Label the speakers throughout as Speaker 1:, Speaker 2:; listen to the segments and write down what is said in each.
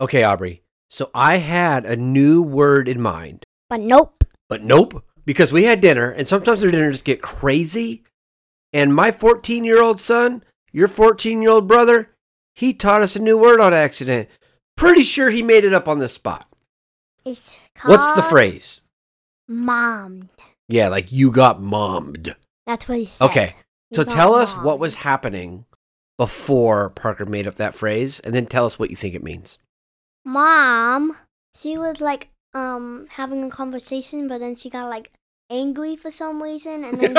Speaker 1: Okay, Aubrey. So I had a new word in mind,
Speaker 2: But nope.
Speaker 1: but nope, because we had dinner, and sometimes their dinners get crazy. And my 14 year old son, your 14 year old brother, he taught us a new word on accident. Pretty sure he made it up on the spot.
Speaker 2: It's called
Speaker 1: What's the phrase?
Speaker 2: Mom.
Speaker 1: Yeah, like you got mommed.
Speaker 2: That's what he said.
Speaker 1: Okay.
Speaker 2: He
Speaker 1: So
Speaker 2: got
Speaker 1: tell us what
Speaker 2: mommed.
Speaker 1: was happening before Parker made up that phrase, and then tell us what you think it means.
Speaker 2: Mom. She was like um having a conversation, but then she got like angry for some reason, and then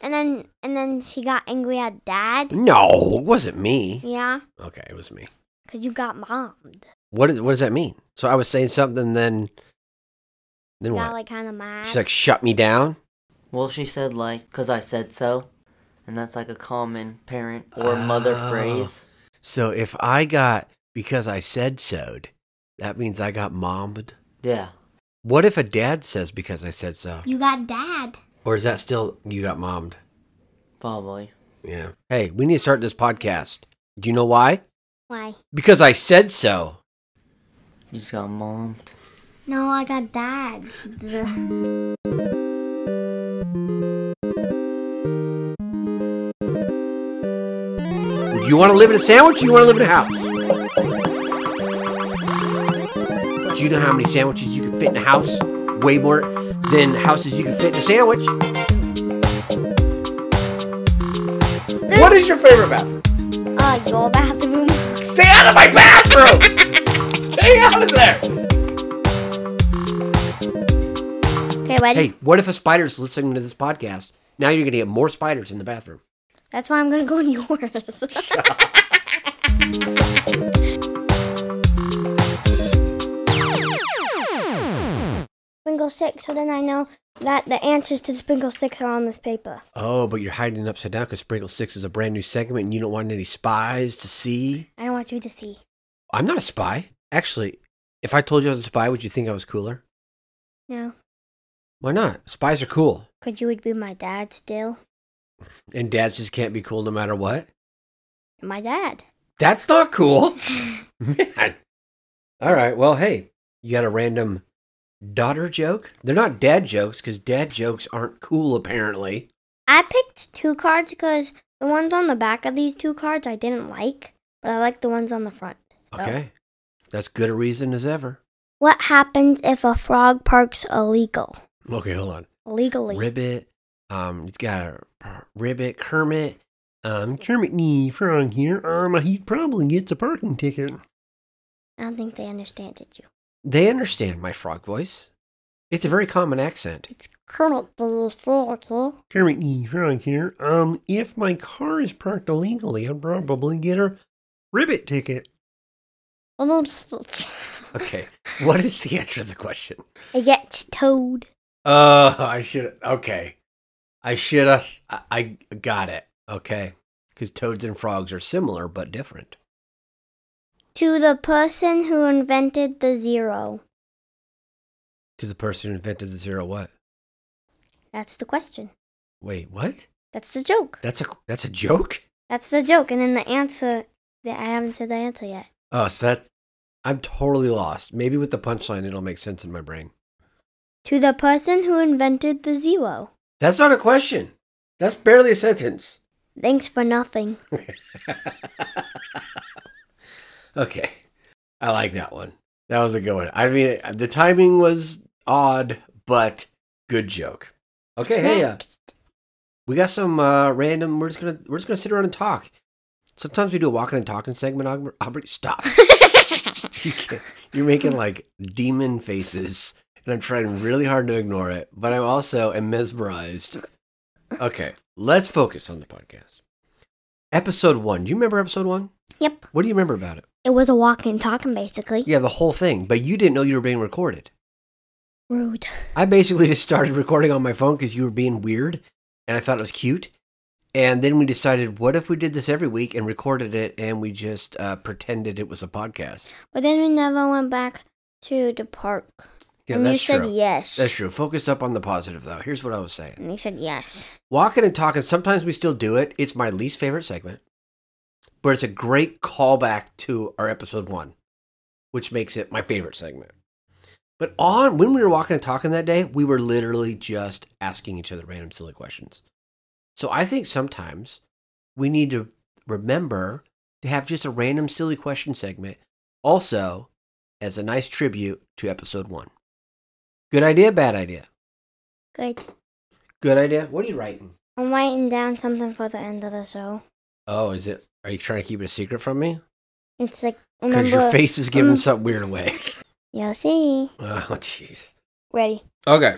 Speaker 2: and then and then she got angry at Dad.
Speaker 1: no, it wasn't me.
Speaker 2: Yeah,
Speaker 1: Okay, it was me.
Speaker 2: cause you got mommed.
Speaker 1: What is what does that mean? So I was saying something, then then
Speaker 2: You
Speaker 1: what?
Speaker 2: got like kind of mad.
Speaker 1: She's like, shut me down.
Speaker 3: Well, she said, like, because I said so. And that's like a common parent or mother
Speaker 1: Oh.
Speaker 3: phrase.
Speaker 1: So if I got because I said so'd, that means I got mommed.
Speaker 3: Yeah.
Speaker 1: What if a dad says because I said so?
Speaker 2: you got Dad.
Speaker 1: Or is that still you got mommed?
Speaker 3: Probably.
Speaker 1: Yeah. Hey, we need to start this podcast. Do you know why?
Speaker 2: Why?
Speaker 1: Because I said so.
Speaker 3: You just got mommed.
Speaker 2: No, I got Dad.
Speaker 1: Do you want to live in a sandwich or you want to live in a house? Do you know how many sandwiches you can fit in a house? Way more than houses you can fit in a sandwich. What is your favorite bathroom?
Speaker 2: uh, your bathroom.
Speaker 1: Stay out of my bathroom! Stay out of there!
Speaker 2: Okay, ready?
Speaker 1: Hey, what if a spider's listening to this podcast? Now you're going to get more spiders in the bathroom.
Speaker 2: That's why I'm gonna go to yours. sprinkle six, so then I know that the answers to the sprinkle six are on this paper.
Speaker 1: Oh, but you're hiding it upside down because Sprinkle 6 is a brand new segment and you don't want any spies to see.
Speaker 2: I don't want you to see.
Speaker 1: I'm not a spy. Actually, if I told you I was a spy, would you think I was cooler?
Speaker 2: No,
Speaker 1: Why not? Spies are cool.
Speaker 2: because you would be my dad still.
Speaker 1: And dads just can't be cool no matter what.
Speaker 2: My dad.
Speaker 1: That's not cool. Man. All right. Well, hey, you got a random daughter joke? They're not dad jokes because dad jokes aren't cool, apparently.
Speaker 2: I picked two cards because the ones on the back of these two cards I didn't like, but I like the ones on the front. So-
Speaker 1: Okay. That's good a reason as ever.
Speaker 2: What happens if a frog parks illegal?
Speaker 1: Okay, hold on.
Speaker 2: Illegally.
Speaker 1: Ribbit. Um, it's got a ribbit, Kermit. Um, Kermit knee frog here. Um, he probably gets a parking ticket.
Speaker 2: I don't think they understand it, you.
Speaker 1: They understand my frog voice. It's a very common accent.
Speaker 2: It's Colonel the little frog. huh?
Speaker 1: Kermit E. Frog here. Um, if my car is parked illegally, I'll probably get a ribbit ticket.
Speaker 2: Well, no,
Speaker 1: Okay, what is the answer to the question?
Speaker 2: It gets towed.
Speaker 1: Uh, I should. Okay, I should. have- I, I got it. Okay, because toads and frogs are similar but different.
Speaker 2: To the person who invented the zero.
Speaker 1: To the person who invented the zero, what?
Speaker 2: That's the question.
Speaker 1: Wait, what?
Speaker 2: That's the joke.
Speaker 1: That's a that's a joke.
Speaker 2: That's the joke. And then the answer, that I haven't said the answer yet.
Speaker 1: Oh, so that's. I'm totally lost. Maybe with the punchline, it'll make sense in my brain.
Speaker 2: To the person who invented the zero.
Speaker 1: That's not a question. That's barely a sentence.
Speaker 2: Thanks for nothing.
Speaker 1: okay. I like that one. That was a good one. I mean, the timing was odd, but good joke. Okay, hey, uh,
Speaker 2: Next.
Speaker 1: we got some uh, random. We're just gonna we're just gonna sit around and talk. Sometimes we do a walking and talking segment. Aubr- Aubrey, stop! you can't, you're making like demon faces, and I'm trying really hard to ignore it, but I'm also am mesmerized. Okay, let's focus on the podcast. Episode one. Do you remember episode one?
Speaker 2: Yep.
Speaker 1: What do you remember about it?
Speaker 2: It was a walking and talking, basically.
Speaker 1: Yeah, the whole thing. But you didn't know you were being recorded.
Speaker 2: Rude.
Speaker 1: I basically just started recording on my phone because you were being weird, and I thought it was cute. And then we decided, what if we did this every week and recorded it, and we just uh, pretended it was a podcast?
Speaker 2: But then we never went back to the park.
Speaker 1: Yeah,
Speaker 2: and
Speaker 1: that's
Speaker 2: you said
Speaker 1: true.
Speaker 2: yes.
Speaker 1: That's true. Focus up on the positive, though. Here's what I was saying.
Speaker 2: And you said yes.
Speaker 1: Walking and talking, sometimes we still do it. It's my least favorite segment, but it's a great callback to our episode one. which makes it my favorite segment. But on when we were walking and talking that day, we were literally just asking each other random silly questions. So I think sometimes we need to remember to have just a random silly question segment also as a nice tribute to episode 1. Good idea, bad idea.
Speaker 2: Good.
Speaker 1: Good idea. What are you writing?
Speaker 2: I'm writing down something for the end of the show.
Speaker 1: Oh, is it are you trying to keep it a secret from me?
Speaker 2: It's like
Speaker 1: Cuz
Speaker 2: remember.
Speaker 1: your face is giving
Speaker 2: Mm.
Speaker 1: something weird away.
Speaker 2: You'll see.
Speaker 1: Oh jeez.
Speaker 2: Ready.
Speaker 1: Okay.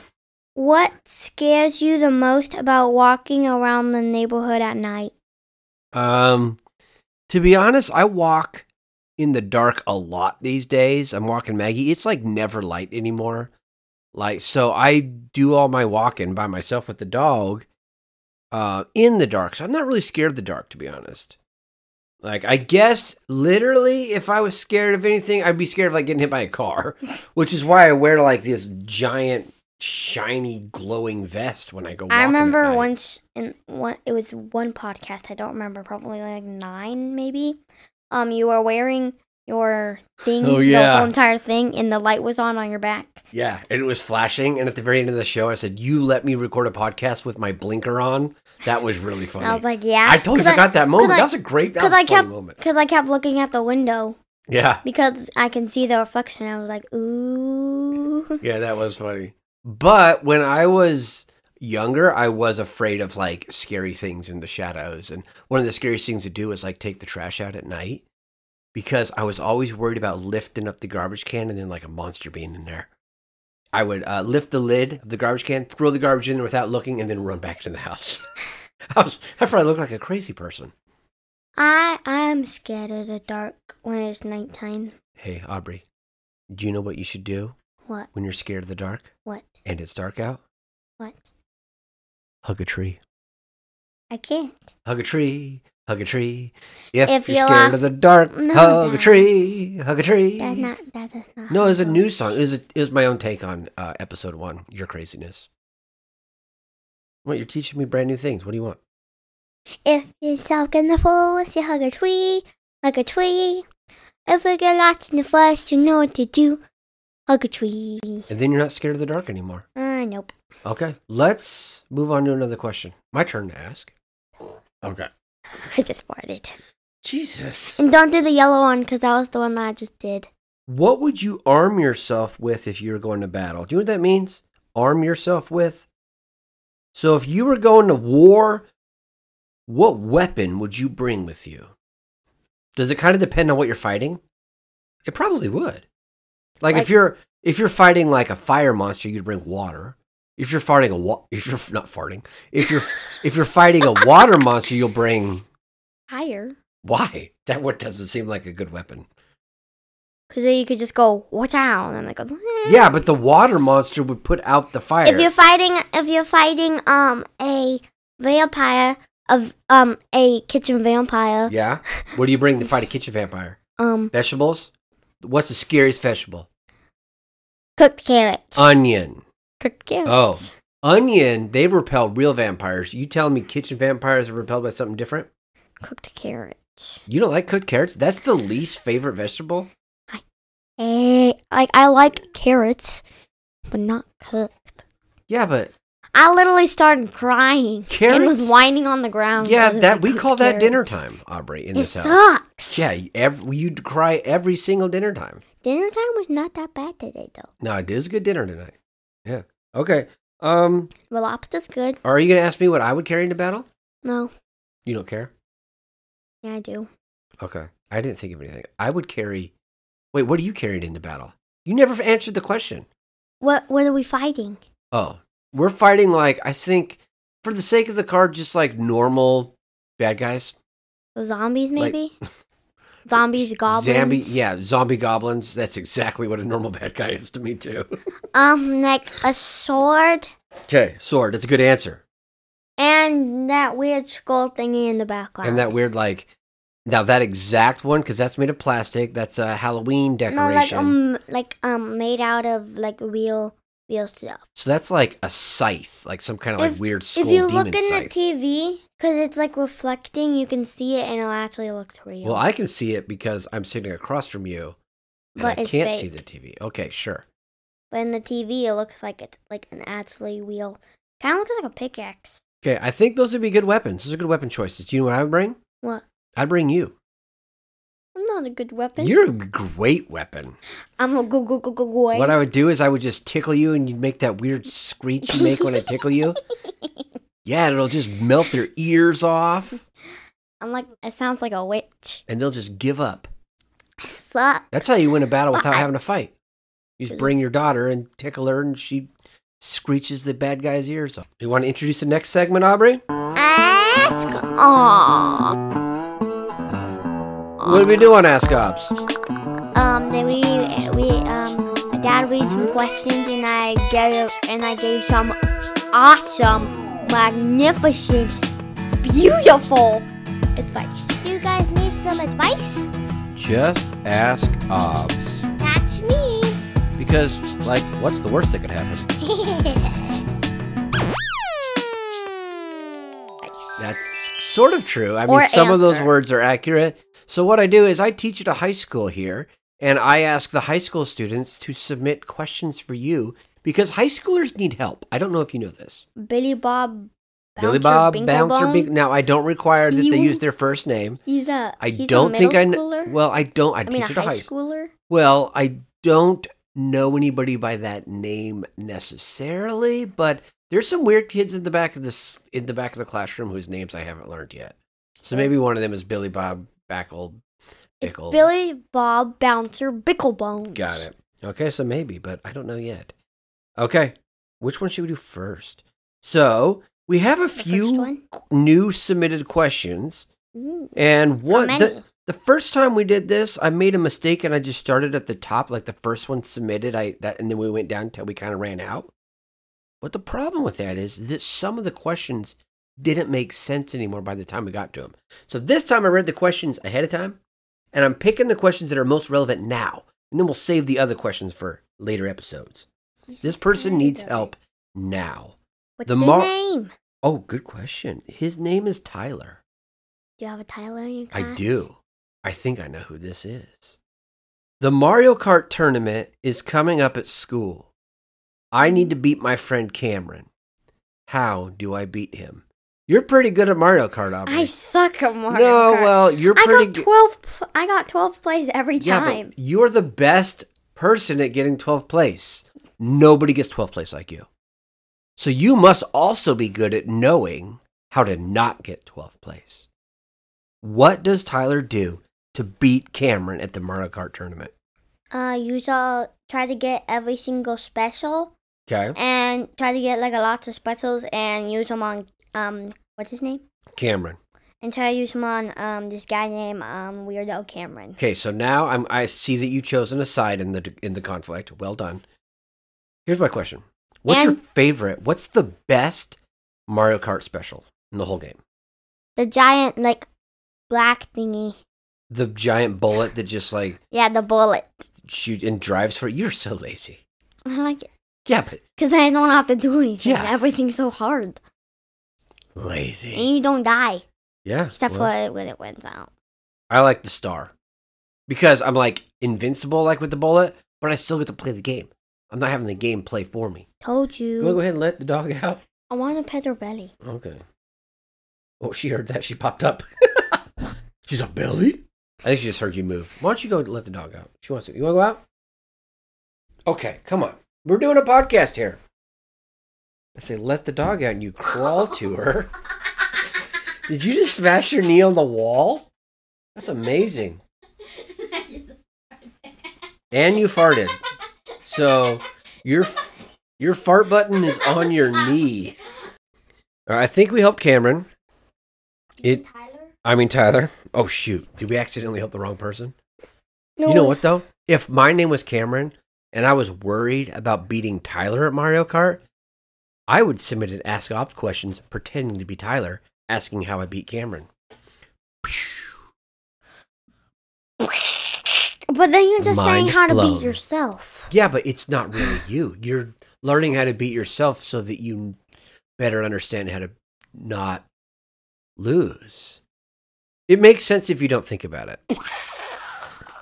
Speaker 2: What scares you the most about walking around the neighborhood at night?
Speaker 1: Um, to be honest, I walk in the dark a lot these days. I'm walking Maggie. It's like never light anymore. Like so, I do all my walking by myself with the dog, uh, in the dark. So I'm not really scared of the dark, to be honest. Like I guess literally, if I was scared of anything, I'd be scared of like getting hit by a car, which is why I wear like this giant, shiny, glowing vest when I go.
Speaker 2: I
Speaker 1: walking at
Speaker 2: remember
Speaker 1: night.
Speaker 2: once in one it was one podcast, I don't remember, probably like 9 maybe. Um you were wearing your thing,
Speaker 1: Oh,
Speaker 2: the
Speaker 1: yeah.
Speaker 2: whole entire thing and the light was on on your back.
Speaker 1: Yeah, and it was flashing. And at the very end of the show, I said, "You let me record a podcast with my blinker on." That was really funny.
Speaker 2: And I was like, yeah.
Speaker 1: I totally
Speaker 2: 'cause I-
Speaker 1: forgot that moment.
Speaker 2: I-
Speaker 1: that was a great, that was a
Speaker 2: 'cause I
Speaker 1: funny
Speaker 2: kept-
Speaker 1: moment.
Speaker 2: Cuz I kept looking at the window
Speaker 1: Yeah,
Speaker 2: because I can see the reflection. I was like, "Ooh."
Speaker 1: yeah, that was funny. But when I was younger, I was afraid of like scary things in the shadows. And one of the scariest things to do is like take the trash out at night because I was always worried about lifting up the garbage can and then like a monster being in there. I would uh, lift the lid of the garbage can, throw the garbage in there without looking, and then run back to the house. I was, I probably looked like a crazy person.
Speaker 2: I I'm scared of the dark when it's nighttime.
Speaker 1: Hey, Aubrey, do you know what you should do
Speaker 2: What?
Speaker 1: when you're scared of the dark
Speaker 2: What?
Speaker 1: and it's dark out?
Speaker 2: What?
Speaker 1: Hug a tree.
Speaker 2: I can't.
Speaker 1: Hug a tree, hug a tree. If,
Speaker 2: If
Speaker 1: you're
Speaker 2: you
Speaker 1: scared
Speaker 2: lost-
Speaker 1: of the dark,
Speaker 2: No,
Speaker 1: hug a
Speaker 2: Dad.
Speaker 1: tree, hug a tree.
Speaker 2: That's not. That is not.
Speaker 1: Mm-hmm. no,
Speaker 2: how
Speaker 1: it was a
Speaker 2: it
Speaker 1: new
Speaker 2: goes.
Speaker 1: song. It was, a, it was my own take on uh, episode one, Your Craziness. What, you're teaching me brand new things. What do you want?
Speaker 2: If you're stuck in the forest, you hug a tree, hug a tree. If you get lost in the forest, you know what to do. Hug a tree.
Speaker 1: And then you're not scared of the dark anymore.
Speaker 2: Uh, nope.
Speaker 1: Okay, let's move on to another question. My turn to ask. Okay.
Speaker 2: I just farted.
Speaker 1: Jesus.
Speaker 2: And don't do the yellow one, because that was the one that I just did.
Speaker 1: What would you arm yourself with if you were going to battle? Do you know what that means? Arm yourself with? So if you were going to war, what weapon would you bring with you? Does it kind of depend on what you're fighting? It probably would. Like, if
Speaker 2: Like-
Speaker 1: you're if you're fighting like a fire monster, you'd bring water. If you're fighting a wa- if you're not farting, if you're if you're fighting a water monster, you'll bring
Speaker 2: Higher.
Speaker 1: why? That what doesn't seem like a good weapon.
Speaker 2: Because then you could just go, watch out, and then it goes. "Eh."
Speaker 1: Yeah, but the water monster would put out the fire.
Speaker 2: If you're fighting, if you're fighting, um, a vampire, of um, a kitchen vampire,
Speaker 1: yeah. What do you bring to fight a kitchen vampire?
Speaker 2: um,
Speaker 1: Vegetables? What's the scariest vegetable?
Speaker 2: cooked carrots.
Speaker 1: Onion.
Speaker 2: cooked carrots.
Speaker 1: Oh. Onion, they repel real vampires. You telling me kitchen vampires are repelled by something different?
Speaker 2: Cooked carrots.
Speaker 1: You don't like cooked carrots? That's the least favorite vegetable?
Speaker 2: Eh, like I like carrots, but not cooked.
Speaker 1: Yeah, but
Speaker 2: I literally started crying and was
Speaker 1: Carrots?
Speaker 2: whining on the ground.
Speaker 1: yeah,
Speaker 2: because of
Speaker 1: that
Speaker 2: the
Speaker 1: we
Speaker 2: Um, cooked
Speaker 1: call that dinner
Speaker 2: carrots.
Speaker 1: time, Aubrey, in
Speaker 2: it
Speaker 1: this house.
Speaker 2: sucks.
Speaker 1: Yeah, every, you'd cry every single dinner time.
Speaker 2: dinner time was not that bad today though.
Speaker 1: No, it is a good dinner tonight. Yeah. Okay. Um,
Speaker 2: The lobster's good.
Speaker 1: are you gonna ask me what I would carry into battle?
Speaker 2: No,
Speaker 1: You don't care?
Speaker 2: yeah, I do.
Speaker 1: Okay. I didn't think of anything. I would carry. Wait, what do you carried into battle? You never answered the question.
Speaker 2: What What are we fighting?
Speaker 1: Oh, we're fighting like I think for the sake of the card, just like normal bad guys,
Speaker 2: Zombies
Speaker 1: Like-
Speaker 2: maybe. Zombies, goblins.
Speaker 1: Zambi- yeah, zombie goblins. That's exactly what a normal bad guy is to me too.
Speaker 2: Um, like a sword
Speaker 1: Okay, sword. That's a good answer.
Speaker 2: and that weird skull thingy in the background.
Speaker 1: And that weird like now that exact one because that's made of plastic. That's a Halloween
Speaker 2: No, like
Speaker 1: decoration.
Speaker 2: um, like um, made out of like real, real stuff.
Speaker 1: so that's like a scythe, like some kind of like
Speaker 2: If-
Speaker 1: weird skull
Speaker 2: if you
Speaker 1: demon
Speaker 2: look in
Speaker 1: scythe.
Speaker 2: the TV, because it's like reflecting, you can see it and it actually looks real.
Speaker 1: Well, I can see it because I'm sitting across from you And
Speaker 2: But
Speaker 1: I
Speaker 2: it's
Speaker 1: can't
Speaker 2: fake.
Speaker 1: see the TV. Okay, sure.
Speaker 2: But in the TV, it looks like it's like an Atsley wheel. Kind of looks like a pickaxe.
Speaker 1: Okay, I think those would be good weapons. Those are good weapon choices. You know what I would bring?
Speaker 2: What?
Speaker 1: I'd bring you.
Speaker 2: I'm not a good weapon.
Speaker 1: You're a great weapon.
Speaker 2: I'm a go go go go go.
Speaker 1: What I would do is I would just tickle you and you'd make that weird screech you make when I tickle you. Yeah, and it'll just melt their ears off
Speaker 2: I'm like, it sounds like a witch.
Speaker 1: and they'll just give up.
Speaker 2: I suck.
Speaker 1: That's how you win a battle without
Speaker 2: I-
Speaker 1: having to fight. You just bring your daughter and tickle her and she screeches the bad guy's ears off. You want to introduce the next segment, Aubrey?
Speaker 2: Ask. Aww.
Speaker 1: What do we do on Ask Ops?
Speaker 2: Um. Then we we um. my Dad reads some questions and I gave and I gave some awesome, magnificent, beautiful advice. You guys need some advice?
Speaker 1: Just Ask Ops.
Speaker 2: That's me.
Speaker 1: Because, like, what's the worst that could happen? That's sort of true. I mean,
Speaker 2: Or
Speaker 1: some of those
Speaker 2: answer.
Speaker 1: words are accurate. So, what I do is I teach at a high school here, and I ask the high school students to submit questions for you because high schoolers need help. I don't know if you know this.
Speaker 2: Billy Bob.
Speaker 1: Billy
Speaker 2: Bouncer
Speaker 1: Bob,
Speaker 2: Bingo
Speaker 1: Bouncer,
Speaker 2: Bone.
Speaker 1: Big. Now, I don't require that
Speaker 2: He
Speaker 1: they
Speaker 2: w-
Speaker 1: use their first name.
Speaker 2: He's a.
Speaker 1: I
Speaker 2: he's a
Speaker 1: don't think I.
Speaker 2: middle
Speaker 1: Kn-
Speaker 2: schooler?
Speaker 1: well, I don't. I,
Speaker 2: I
Speaker 1: teach
Speaker 2: mean, a
Speaker 1: at a
Speaker 2: high
Speaker 1: high school.
Speaker 2: schooler.
Speaker 1: Well, I don't know anybody by that name necessarily, but there's some weird kids in the back of this in the back of the classroom whose names I haven't learned yet. So
Speaker 2: Okay.
Speaker 1: maybe one of them is Billy Bob Backle Bickle.
Speaker 2: It's Billy Bob Bouncer Bicklebone.
Speaker 1: Got it. Okay, so maybe, but I don't know yet. Okay, which one should we do first? So we have a
Speaker 2: first
Speaker 1: few
Speaker 2: one?
Speaker 1: new submitted questions,
Speaker 2: Ooh.
Speaker 1: and one the-
Speaker 2: many?
Speaker 1: the first time we did this, I made a mistake and I just started at the top, like the first one submitted. I that and then we went down until we kind of ran out. But the problem with that is that some of the questions didn't make sense anymore by the time we got to them. So this time I read the questions ahead of time, and I'm picking the questions that are most relevant now, and then we'll save the other questions for later episodes. This person needs help now.
Speaker 2: What's
Speaker 1: The
Speaker 2: their
Speaker 1: mar-
Speaker 2: name?
Speaker 1: Oh, good question. His name is Tyler.
Speaker 2: Do you have a Tyler in your class?
Speaker 1: I do. I think I know who this is. The Mario Kart tournament is coming up at school. I need to
Speaker 2: Mm-hmm.
Speaker 1: beat my friend Cameron. How do I beat him? You're pretty good at Mario Kart, Aubrey.
Speaker 2: I suck at Mario
Speaker 1: no,
Speaker 2: Kart.
Speaker 1: well, you're
Speaker 2: I
Speaker 1: pretty
Speaker 2: got
Speaker 1: good.
Speaker 2: twelve. Pl- I got twelve plays every
Speaker 1: Yeah,
Speaker 2: time.
Speaker 1: but you're the best person at getting 12th place. Nobody gets 12th place like you. So you must also be good at knowing how to not get 12th place. What does Tyler do to beat Cameron at the Mario Kart tournament?
Speaker 2: Uh, you all try to get every single special
Speaker 1: Okay.
Speaker 2: and try to get like a lot of specials and use them on um what's his name?
Speaker 1: Cameron.
Speaker 2: And try to use them on um this guy named um Weirdo Cameron.
Speaker 1: Okay, so now I'm, I see that you chose an aside in the in the conflict. Well done. Here's my question: What's your
Speaker 2: And-
Speaker 1: favorite? What's the best Mario Kart special in the whole game?
Speaker 2: The giant like black thingy.
Speaker 1: The giant bullet that just like
Speaker 2: Yeah, the bullet.
Speaker 1: shoot and drives for you're so lazy.
Speaker 2: I like it
Speaker 1: Yeah, but
Speaker 2: because I don't have to do anything.
Speaker 1: Yeah.
Speaker 2: Everything's so hard, and
Speaker 1: lazy.
Speaker 2: you don't die
Speaker 1: Yeah.
Speaker 2: except
Speaker 1: well,
Speaker 2: for when it wins out.
Speaker 1: I like the star because I'm like invincible, like with the bullet, but I still get to play the game. I'm not having the game play for me.
Speaker 2: Told
Speaker 1: You wanna
Speaker 2: you.
Speaker 1: go ahead and let the dog out?
Speaker 2: I want to pet her belly.
Speaker 1: Okay. Oh, she heard that. She popped up. She's a belly. I think she just heard you move. Why don't you go let the dog out? She wants to. You want to go out? Okay, come on. We're doing a podcast here. I say, let the dog out, and you crawl to her. Did you just smash your knee on the wall? That's amazing. And you farted. So your your fart button is on your knee. All right, Uh, I think we helped Cameron. It
Speaker 2: Tyler?
Speaker 1: I mean Tyler. Oh shoot. Did we accidentally help the wrong person?
Speaker 2: No,
Speaker 1: You know what though? If my name was Cameron and I was worried about beating Tyler at Mario Kart, I would submit an ask opt questions pretending to be Tyler, asking how I beat Cameron.
Speaker 2: But then you're just saying
Speaker 1: Mind
Speaker 2: how to
Speaker 1: blown.
Speaker 2: beat yourself.
Speaker 1: Yeah, but it's not really you. You're learning how to beat yourself so that you better understand how to not lose. It makes sense if you don't think about it.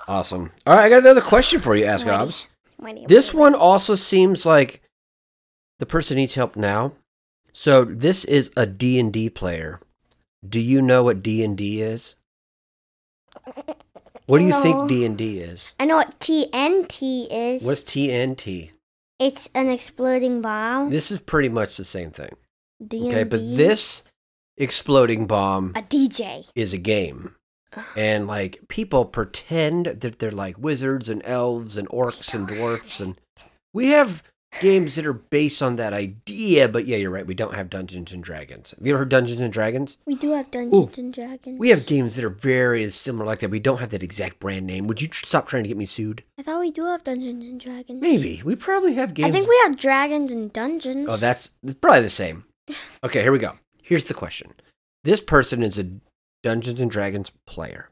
Speaker 1: Awesome. All right, I got another question for you, Ask
Speaker 2: Ready.
Speaker 1: Hobbs.
Speaker 2: Wait,
Speaker 1: This
Speaker 2: wait.
Speaker 1: one also seems like the person needs help now. So this is a D&D player. Do you know what D&D is? What do you
Speaker 2: No.
Speaker 1: think D&D is?
Speaker 2: I know what TNT is.
Speaker 1: What's TNT?
Speaker 2: It's an exploding bomb.
Speaker 1: This is pretty much the same thing.
Speaker 2: D&D.
Speaker 1: Okay, but this exploding bomb
Speaker 2: a DJ.
Speaker 1: is a game. And like people pretend that they're like wizards and elves and orcs and dwarfs and we have games that are based on that idea, but yeah, you're right, we don't have Dungeons and Dragons. Have you ever heard Dungeons and Dragons?
Speaker 2: We do have Dungeons
Speaker 1: Ooh.
Speaker 2: and Dragons.
Speaker 1: We have games that are very similar like that. We don't have that exact brand name. Would you tr- stop trying to get me sued?
Speaker 2: I thought we do have Dungeons and Dragons.
Speaker 1: Maybe. We probably have games
Speaker 2: Mm. I think we have dragons and dungeons.
Speaker 1: Oh, that's it's probably the same. Okay, here we go. Here's the question. This person is a Dungeons and Dragons player,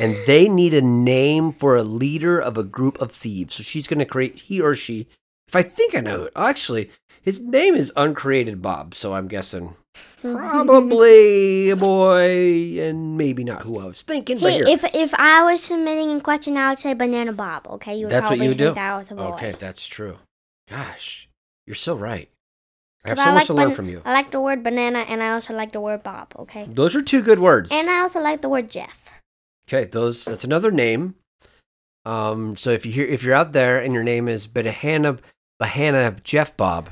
Speaker 1: and they need a name for a leader of a group of thieves. So she's going to create he or she. If I think I know it, oh, actually, his name is Uncreated Bob. So I'm guessing probably a boy, and maybe not who I was thinking. But
Speaker 2: Hey,
Speaker 1: here,
Speaker 2: if if I was submitting a question, I would say Banana Bob. Okay, you would
Speaker 1: that's what
Speaker 2: probably
Speaker 1: you
Speaker 2: think
Speaker 1: do.
Speaker 2: That was a boy.
Speaker 1: Okay, that's true. Gosh, you're so right. I
Speaker 2: 'Cause
Speaker 1: have so much
Speaker 2: like
Speaker 1: to learn
Speaker 2: ban-
Speaker 1: from you.
Speaker 2: I like the word banana, and I also like the word Bob. Okay,
Speaker 1: Those are two good words.
Speaker 2: and I also like the word Jeff.
Speaker 1: Okay, those that's another name. Um, so if you hear if you're out there and your name is Bahana Bahana Jeff Bob,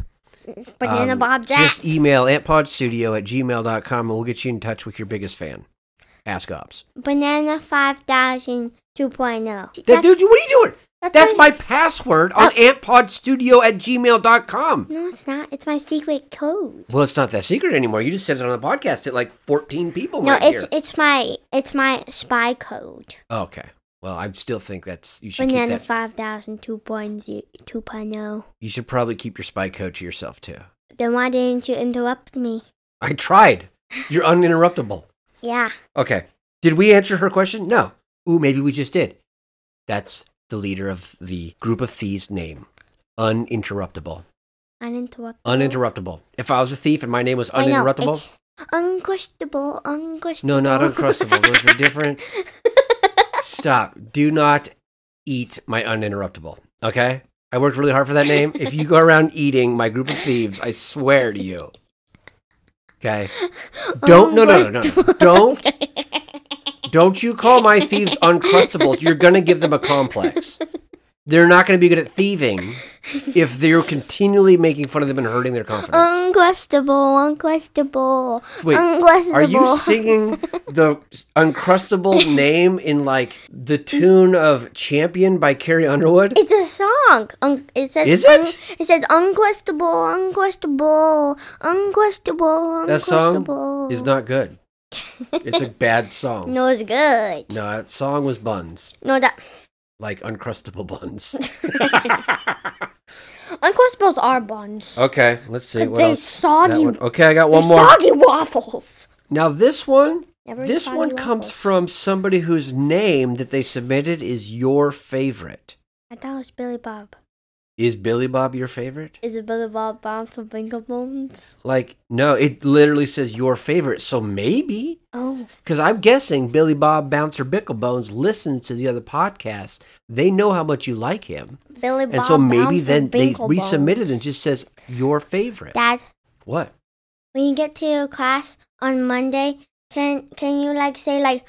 Speaker 2: Banana
Speaker 1: um,
Speaker 2: Bob Jeff.
Speaker 1: just email antpodstudio at gmail.com and we'll get you in touch with your biggest fan. Ask Ops.
Speaker 2: banana five thousand two point oh.
Speaker 1: That, dude, you- what are you doing?
Speaker 2: that's
Speaker 1: That's
Speaker 2: my-
Speaker 1: my password
Speaker 2: Uh,
Speaker 1: on antpodstudio at gmail.com.
Speaker 2: No, it's not. It's my secret code.
Speaker 1: Well, it's not that secret anymore. You just said it on the podcast at like 14 people Oh,
Speaker 2: No,
Speaker 1: right
Speaker 2: it's
Speaker 1: here.
Speaker 2: it's my it's my spy code.
Speaker 1: okay. Well, I still think that's you should
Speaker 2: Banana
Speaker 1: keep that.
Speaker 2: five thousand two point zero two point oh.
Speaker 1: You should probably keep your spy code to yourself too.
Speaker 2: Then why didn't you interrupt me?
Speaker 1: I tried. You're uninterruptible.
Speaker 2: Yeah.
Speaker 1: Okay. Did we answer her question? No. Ooh, maybe we just did. That's the leader of the group of thieves name. Uninterruptible.
Speaker 2: Uninterruptible.
Speaker 1: Uninterruptible. If I was a thief and my name was
Speaker 2: Wait, no,
Speaker 1: uninterruptible.
Speaker 2: it's Unquestionable,
Speaker 1: No,
Speaker 2: unquestionable.
Speaker 1: not uncrustable. Those are different. Stop. Do not eat my uninterruptible. Okay? I worked really hard for that name. If you go around eating my group of thieves, I swear to you. Okay. Don't no
Speaker 2: Oh
Speaker 1: no no no. no. Don't Don't you call my thieves uncrustables. You're going to give them a complex. They're not going to be good at thieving if they're continually making fun of them and hurting their confidence.
Speaker 2: Unquestionable, unquestionable,
Speaker 1: Wait,
Speaker 2: unquestionable.
Speaker 1: are you singing the uncrustable name in like the tune of Champion by Carrie Underwood?
Speaker 2: It's a song. Un- it says.
Speaker 1: Is it?
Speaker 2: un- it says unquestionable, unquestionable, unquestionable, unquestionable.
Speaker 1: That song is not good. It's a bad song.
Speaker 2: No, it's good.
Speaker 1: No, that song was buns,
Speaker 2: No, that
Speaker 1: like uncrustable buns.
Speaker 2: unquestionables are buns.
Speaker 1: Okay, let's see
Speaker 2: But
Speaker 1: what
Speaker 2: they
Speaker 1: else. That
Speaker 2: soggy.
Speaker 1: one. Okay, I got one
Speaker 2: they
Speaker 1: more.
Speaker 2: soggy waffles.
Speaker 1: Now this one,
Speaker 2: Never
Speaker 1: this
Speaker 2: soggy
Speaker 1: one comes
Speaker 2: waffles.
Speaker 1: from somebody whose name that they submitted is your favorite.
Speaker 2: I thought it was Billy Bob.
Speaker 1: Is Billy Bob your favorite?
Speaker 2: Is it Billy Bob Bounce and Finger Bones?
Speaker 1: Like no, it literally says your favorite. So maybe
Speaker 2: Oh.
Speaker 1: because I'm guessing Billy Bob Bouncer Bicklebones listens to the other podcast. They know how much you like him,
Speaker 2: Billy Bob
Speaker 1: and so maybe
Speaker 2: Bounce
Speaker 1: then
Speaker 2: and
Speaker 1: they
Speaker 2: Binkle
Speaker 1: resubmitted and
Speaker 2: Bones.
Speaker 1: just says your favorite.
Speaker 2: Dad,
Speaker 1: What?
Speaker 2: when you get to your class on Monday, can can you like say like,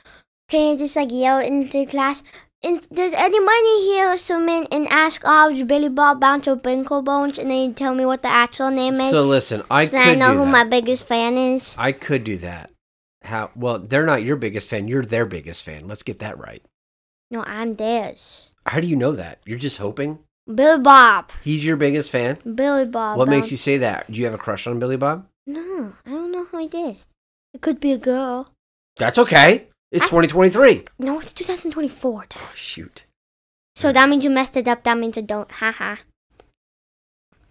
Speaker 2: can you just like yell into class? Is, does anybody here submit and ask Oz Billy Bob Bounce or Binkle Bones, and then you tell me what the actual name is?
Speaker 1: So listen, I
Speaker 2: so
Speaker 1: could
Speaker 2: that I know
Speaker 1: do
Speaker 2: who
Speaker 1: that.
Speaker 2: my biggest fan is.
Speaker 1: I could do that. How? Well, they're not your biggest fan. You're their biggest fan. Let's get that right.
Speaker 2: No, I'm theirs.
Speaker 1: How do you know that? You're just hoping
Speaker 2: Billy Bob.
Speaker 1: he's your biggest fan.
Speaker 2: Billy Bob.
Speaker 1: what makes
Speaker 2: Bounce-
Speaker 1: you say that? Do you have a crush on Billy Bob?
Speaker 2: No, I don't know who it is. It could be a girl.
Speaker 1: That's okay. It's
Speaker 2: I-
Speaker 1: 2023.
Speaker 2: No, it's 2024. Dad.
Speaker 1: Oh, shoot.
Speaker 2: So that means you messed it up. That means I don't. Haha.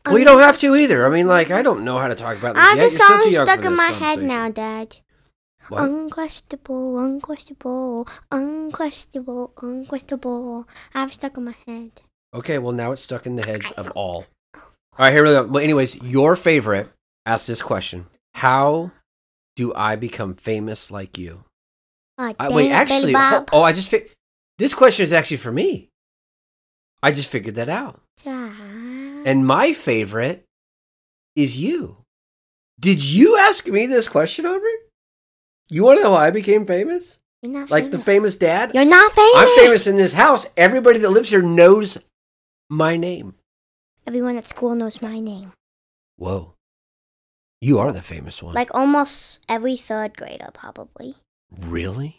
Speaker 1: Well, you don't have to either. I mean, like, I don't know how to talk about this yet.
Speaker 2: Um, I have the
Speaker 1: You're still too
Speaker 2: song
Speaker 1: young
Speaker 2: stuck
Speaker 1: for
Speaker 2: in
Speaker 1: this
Speaker 2: my head
Speaker 1: conversation.
Speaker 2: now, Um, Dad.
Speaker 1: What?
Speaker 2: Unquestionable, unquestionable, unquestionable, unquestionable. I have it stuck in my head.
Speaker 1: Okay, well, now it's stuck in the heads of all. All right, here we go. Well, anyways, your favorite asked this question How do I become famous like you?
Speaker 2: Oh,
Speaker 1: I,
Speaker 2: dang
Speaker 1: wait,
Speaker 2: it,
Speaker 1: actually,
Speaker 2: Billy
Speaker 1: oh,
Speaker 2: Bob.
Speaker 1: oh, I just. Fi- This question is actually for me. I just figured that out.
Speaker 2: And
Speaker 1: And my favorite is you. Did you ask me this question, Aubrey? You want to know how I became famous?
Speaker 2: you're not
Speaker 1: Like the
Speaker 2: famous.
Speaker 1: famous dad?
Speaker 2: you're not famous.
Speaker 1: I'm famous in this house. Everybody that lives here knows my name.
Speaker 2: Everyone at school knows my name.
Speaker 1: Whoa. You are the famous one.
Speaker 2: Like almost every third grader, probably.
Speaker 1: really?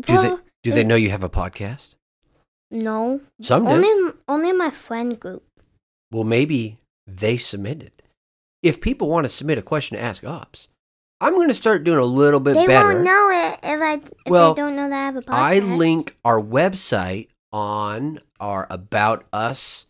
Speaker 1: Do they
Speaker 2: Prob-
Speaker 1: do they know you have a podcast?
Speaker 2: No.
Speaker 1: Some do.
Speaker 2: Only only my friend group.
Speaker 1: Well, maybe they submitted. If people want to submit a question to ask ops, I'm going to start doing a little bit
Speaker 2: they
Speaker 1: better.
Speaker 2: won't know it if I if
Speaker 1: Well,
Speaker 2: they don't know that I have a podcast.
Speaker 1: I link our website on our About Us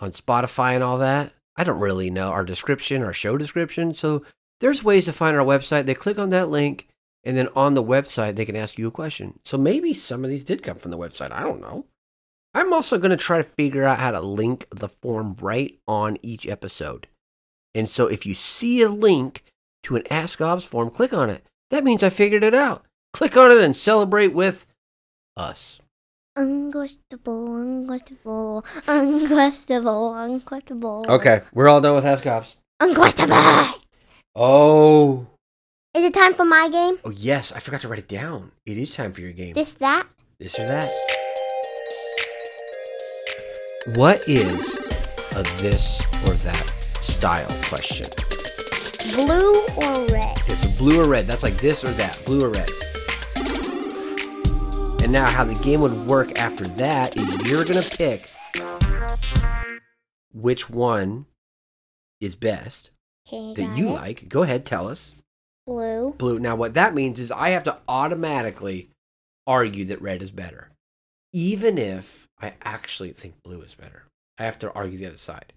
Speaker 1: on Spotify and all that. I don't really know our description, our show description. So there's ways to find our website. They click on that link, and then on the website, they can ask you a question. So maybe some of these did come from the website. I don't know. I'm also going to try to figure out how to link the form right on each episode. And so if you see a link to an Ask Obs form, click on it. That means I figured it out. Click on it and celebrate with us.
Speaker 2: Uncrustable, uncrustable, uncrustable, uncrustable.
Speaker 1: we're all done with Ask Obs.
Speaker 2: Uncrustable!
Speaker 1: Oh.
Speaker 2: Is it time for my game?
Speaker 1: Oh, yes. I forgot to write it down. It is time for your game.
Speaker 2: This, that?
Speaker 1: This or that. What is a this or that style question?
Speaker 2: Blue or red?
Speaker 1: Okay, so blue or red. That's like this or that, blue or red. And now, how the game would work after that is you're going to pick which one is best
Speaker 2: Okay, I
Speaker 1: that
Speaker 2: got
Speaker 1: you
Speaker 2: it.
Speaker 1: like. Go ahead, tell us.
Speaker 2: Blue.
Speaker 1: Blue. Now, what that means is I have to automatically argue that red is better, even if I actually think blue is better. I have to argue the other side,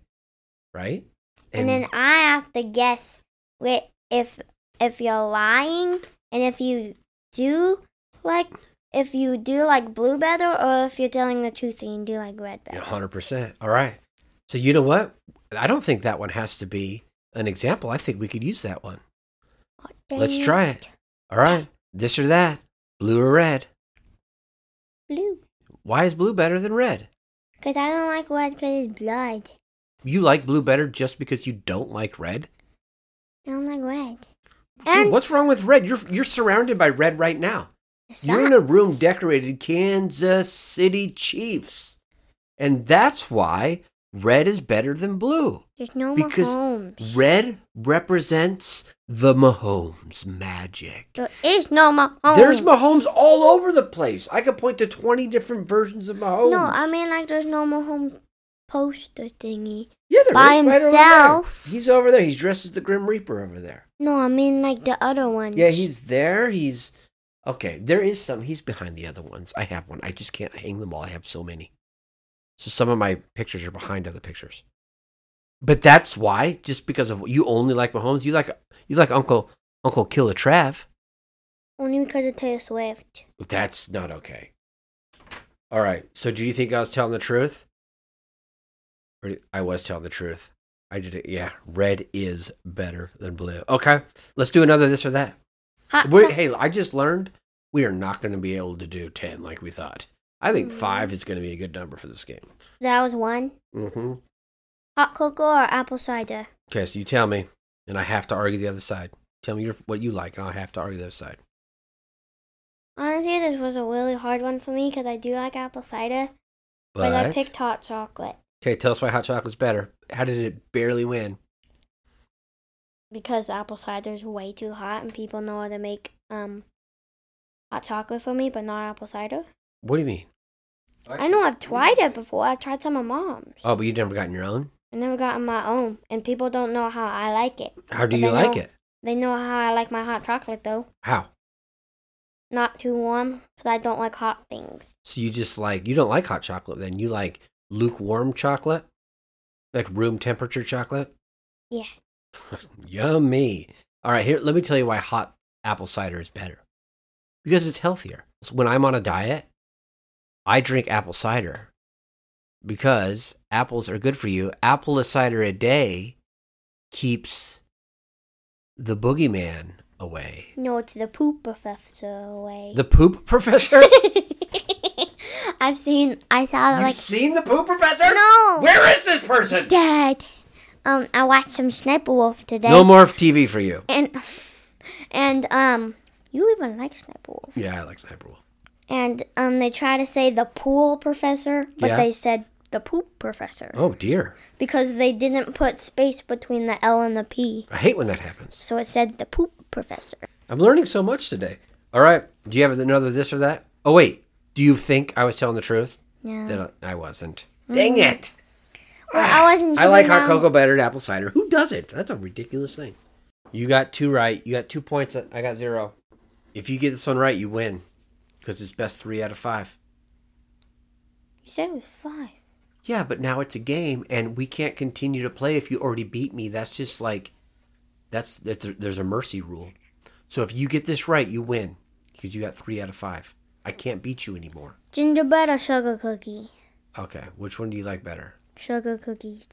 Speaker 1: right?
Speaker 2: And, then I have to guess whi- if if you're lying and if you do like if you do like blue better or if you're telling the truth and you do like red better.
Speaker 1: Yeah, 100%. All right. So, you know what? I don't think that one has to be an example. I think we could use that one.
Speaker 2: Oh, dang
Speaker 1: Let's try it. All right. This or that, blue or red.
Speaker 2: Blue.
Speaker 1: Why is blue better than red?
Speaker 2: Because I don't like red because it's blood.
Speaker 1: You like blue better just because you don't like red?
Speaker 2: I don't like red.
Speaker 1: Dude,
Speaker 2: And
Speaker 1: what's wrong with red? You're, you're surrounded by red right now.
Speaker 2: It's
Speaker 1: You're in
Speaker 2: not-
Speaker 1: a room decorated Kansas City Chiefs. And that's why red is better than blue.
Speaker 2: There's no
Speaker 1: because
Speaker 2: Mahomes.
Speaker 1: Red represents the Mahomes magic.
Speaker 2: there is no Mahomes.
Speaker 1: There's Mahomes all over the place. I could point to 20 different versions of Mahomes.
Speaker 2: No, I mean like there's no Mahomes poster thingy.
Speaker 1: yeah, there
Speaker 2: by
Speaker 1: is, right over there.
Speaker 2: himself.
Speaker 1: he's over there. He's dressed as the Grim Reaper over there.
Speaker 2: No, I mean like the other ones.
Speaker 1: Yeah, he's there. He's okay. There is some. He's behind the other ones. I have one. I just can't hang them all. I have so many. So some of my pictures are behind other pictures. But that's why, just because of you only like Mahomes, you like you like Uncle Uncle Killer Trav.
Speaker 2: only because of Taylor Swift.
Speaker 1: That's not okay. All right. So, do you think I was telling the truth? Or do- I was telling the truth. I did it. Yeah. Red is better than blue. Okay. Let's do another this or that.
Speaker 2: Hot
Speaker 1: We're,
Speaker 2: Uh, so-
Speaker 1: hey, I just learned we are not going to be able to do 10 like we thought. I think
Speaker 2: Mm.
Speaker 1: five is going to be a good number for this game.
Speaker 2: that was one.
Speaker 1: hmm
Speaker 2: Hot cocoa or apple cider?
Speaker 1: Okay. So, you tell me, and I have to argue the other side. Tell me your, what you like, and I'll have to argue the other side.
Speaker 2: Honestly, this was a really hard one for me because I do like apple cider, but,
Speaker 1: But,
Speaker 2: I picked hot chocolate
Speaker 1: okay, tell us why hot chocolate's better. How did it barely win?
Speaker 2: because apple cider is way too hot, and people know how to make um hot chocolate for me, but not apple cider.
Speaker 1: What do you mean?
Speaker 2: I know I've tried it before. I've tried some of mom's.
Speaker 1: Oh, but you've never gotten your own?
Speaker 2: I never gotten my own, and people don't know how I like it.
Speaker 1: How do
Speaker 2: But
Speaker 1: you
Speaker 2: they
Speaker 1: like
Speaker 2: know-
Speaker 1: it?
Speaker 2: They know how I like my hot chocolate though,
Speaker 1: How?
Speaker 2: not too warm, because I don't like hot things.
Speaker 1: So you just like you don't like hot chocolate then you like lukewarm chocolate? Like room temperature chocolate?
Speaker 2: Yeah.
Speaker 1: Yummy. All right, here let me tell you why hot apple cider is better. Because it's healthier. So when I'm on a diet, I drink apple cider because apples are good for you. Apple cider a day keeps the boogeyman away.
Speaker 2: No, it's the poop professor way.
Speaker 1: The poop professor?
Speaker 2: I've seen. I saw
Speaker 1: You've
Speaker 2: like
Speaker 1: seen the poop professor?
Speaker 2: No.
Speaker 1: Where is this person?
Speaker 2: Dad. Um, I watched some Sniper Wolf today.
Speaker 1: No more TV for you.
Speaker 2: And and um, you even like Sniper Wolf.
Speaker 1: Yeah, I like Sniper Wolf.
Speaker 2: And um, they try to say the pool professor, but
Speaker 1: Yeah.
Speaker 2: they said the poop professor
Speaker 1: Oh dear,
Speaker 2: because they didn't put space between the L and the P,
Speaker 1: I hate when that happens.
Speaker 2: so it said the poop professor.
Speaker 1: I'm learning so much today. All right, do you have another this or that? Oh wait, do you think I was telling the truth?
Speaker 2: Yeah.
Speaker 1: That I wasn't. Dang it!
Speaker 2: Well, I wasn't.
Speaker 1: I like
Speaker 2: giving
Speaker 1: hot
Speaker 2: out-
Speaker 1: cocoa better than apple cider. Who does it? That's a ridiculous thing. You got two right. You got two points. I got zero. If you get this one right, you win, because it's best three out of five.
Speaker 2: You said it was five.
Speaker 1: Yeah, but now it's a game, and we can't continue to play if you already beat me. That's just like, that's, that's there's a mercy rule. So if you get this right, you win because you got three out of five. I can't beat you anymore.
Speaker 2: Gingerbread or sugar cookie?
Speaker 1: Okay, which one do you like better?
Speaker 2: Sugar cookies.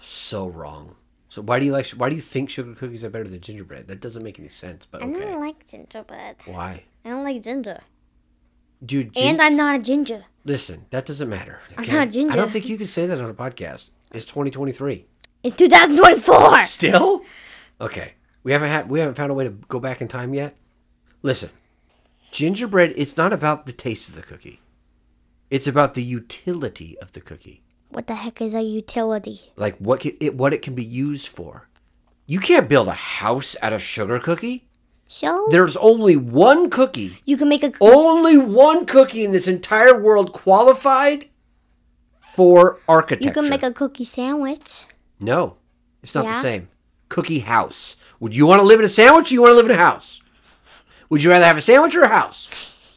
Speaker 1: So wrong. So why do you like? Why do you think sugar cookies are better than gingerbread? That doesn't make any sense. But
Speaker 2: I don't
Speaker 1: okay,
Speaker 2: like gingerbread.
Speaker 1: why,
Speaker 2: I don't like ginger.
Speaker 1: dude? gin-
Speaker 2: And I'm not a ginger.
Speaker 1: listen, that doesn't matter.
Speaker 2: I'm
Speaker 1: okay?
Speaker 2: not
Speaker 1: I
Speaker 2: ginger.
Speaker 1: don't think you could say that on a podcast. It's 2023.
Speaker 2: It's 2024.
Speaker 1: Still? Okay. We haven't had we haven't found a way to go back in time yet. Listen. Gingerbread it's not about the taste of the cookie. It's about the utility of the cookie.
Speaker 2: What the heck is a utility?
Speaker 1: Like what can, it what it can be used for. You can't build a house out of sugar cookie.
Speaker 2: So
Speaker 1: There's only one cookie.
Speaker 2: you can make a cookie.
Speaker 1: Only one cookie in this entire world qualified for architecture.
Speaker 2: you can make a cookie sandwich.
Speaker 1: No, it's not the
Speaker 2: Yeah?
Speaker 1: same. Cookie house. Would you want to live in a sandwich or you want to live in a house? Would you rather have a sandwich or a house?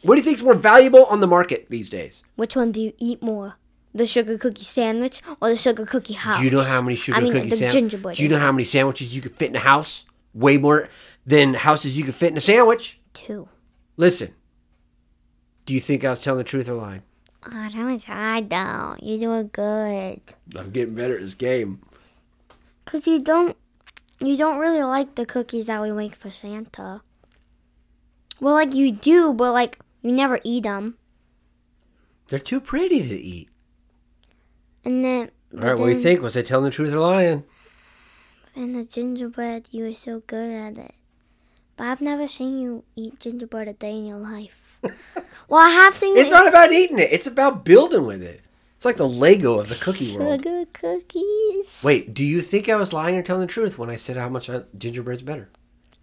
Speaker 1: What do you think is more valuable on the market these days?
Speaker 2: Which one do you eat more? The sugar cookie sandwich or the sugar cookie house?
Speaker 1: Do you know how many sugar
Speaker 2: I mean,
Speaker 1: cookie
Speaker 2: the
Speaker 1: sandwiches?
Speaker 2: gingerbread.
Speaker 1: Do you know how many sandwiches you could fit in a house? Way more than houses you could fit in a sandwich.
Speaker 2: Two.
Speaker 1: Listen. Do you think I was telling the truth or lying?
Speaker 2: Oh, that was hard though. You're doing good.
Speaker 1: I'm getting better at this game.
Speaker 2: Cause you don't, you don't really like the cookies that we make for Santa. Well, like you do, but like you never eat them.
Speaker 1: They're too pretty to eat.
Speaker 2: And then,
Speaker 1: All
Speaker 2: but
Speaker 1: right, what do you
Speaker 2: then-
Speaker 1: think? Was I telling the truth or lying?
Speaker 2: And the gingerbread, you were so good at it. But I've never seen you eat gingerbread a day in your life. well, I have seen
Speaker 1: It's
Speaker 2: you
Speaker 1: not about eating it. It's about building with it. It's like the Lego of the
Speaker 2: eat
Speaker 1: cookie world.
Speaker 2: sugar cookies.
Speaker 1: Wait, do you think I was lying or telling the truth when I said how much I, gingerbread's better?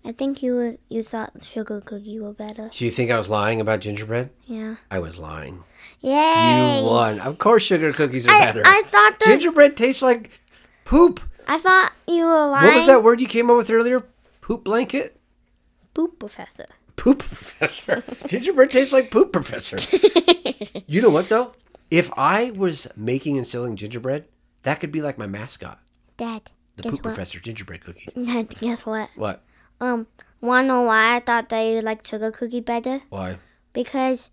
Speaker 2: I think you were, you thought sugar cookie were better.
Speaker 1: So you think I was lying about gingerbread?
Speaker 2: Yeah.
Speaker 1: I was lying.
Speaker 2: Yay!
Speaker 1: You won. Of course, sugar cookies are
Speaker 2: I,
Speaker 1: better.
Speaker 2: I thought the,
Speaker 1: gingerbread tastes like poop.
Speaker 2: I thought you were lying.
Speaker 1: What was that word you came up with earlier? Poop blanket.
Speaker 2: Poop professor.
Speaker 1: Poop professor. gingerbread tastes like poop professor. you know what though? If I was making and selling gingerbread, that could be like my mascot,
Speaker 2: Dad,
Speaker 1: the
Speaker 2: guess
Speaker 1: poop
Speaker 2: what?
Speaker 1: professor gingerbread cookie.
Speaker 2: Dad, guess what?
Speaker 1: What?
Speaker 2: Um, wanna know why I thought that you liked sugar cookie better?
Speaker 1: Why?
Speaker 2: because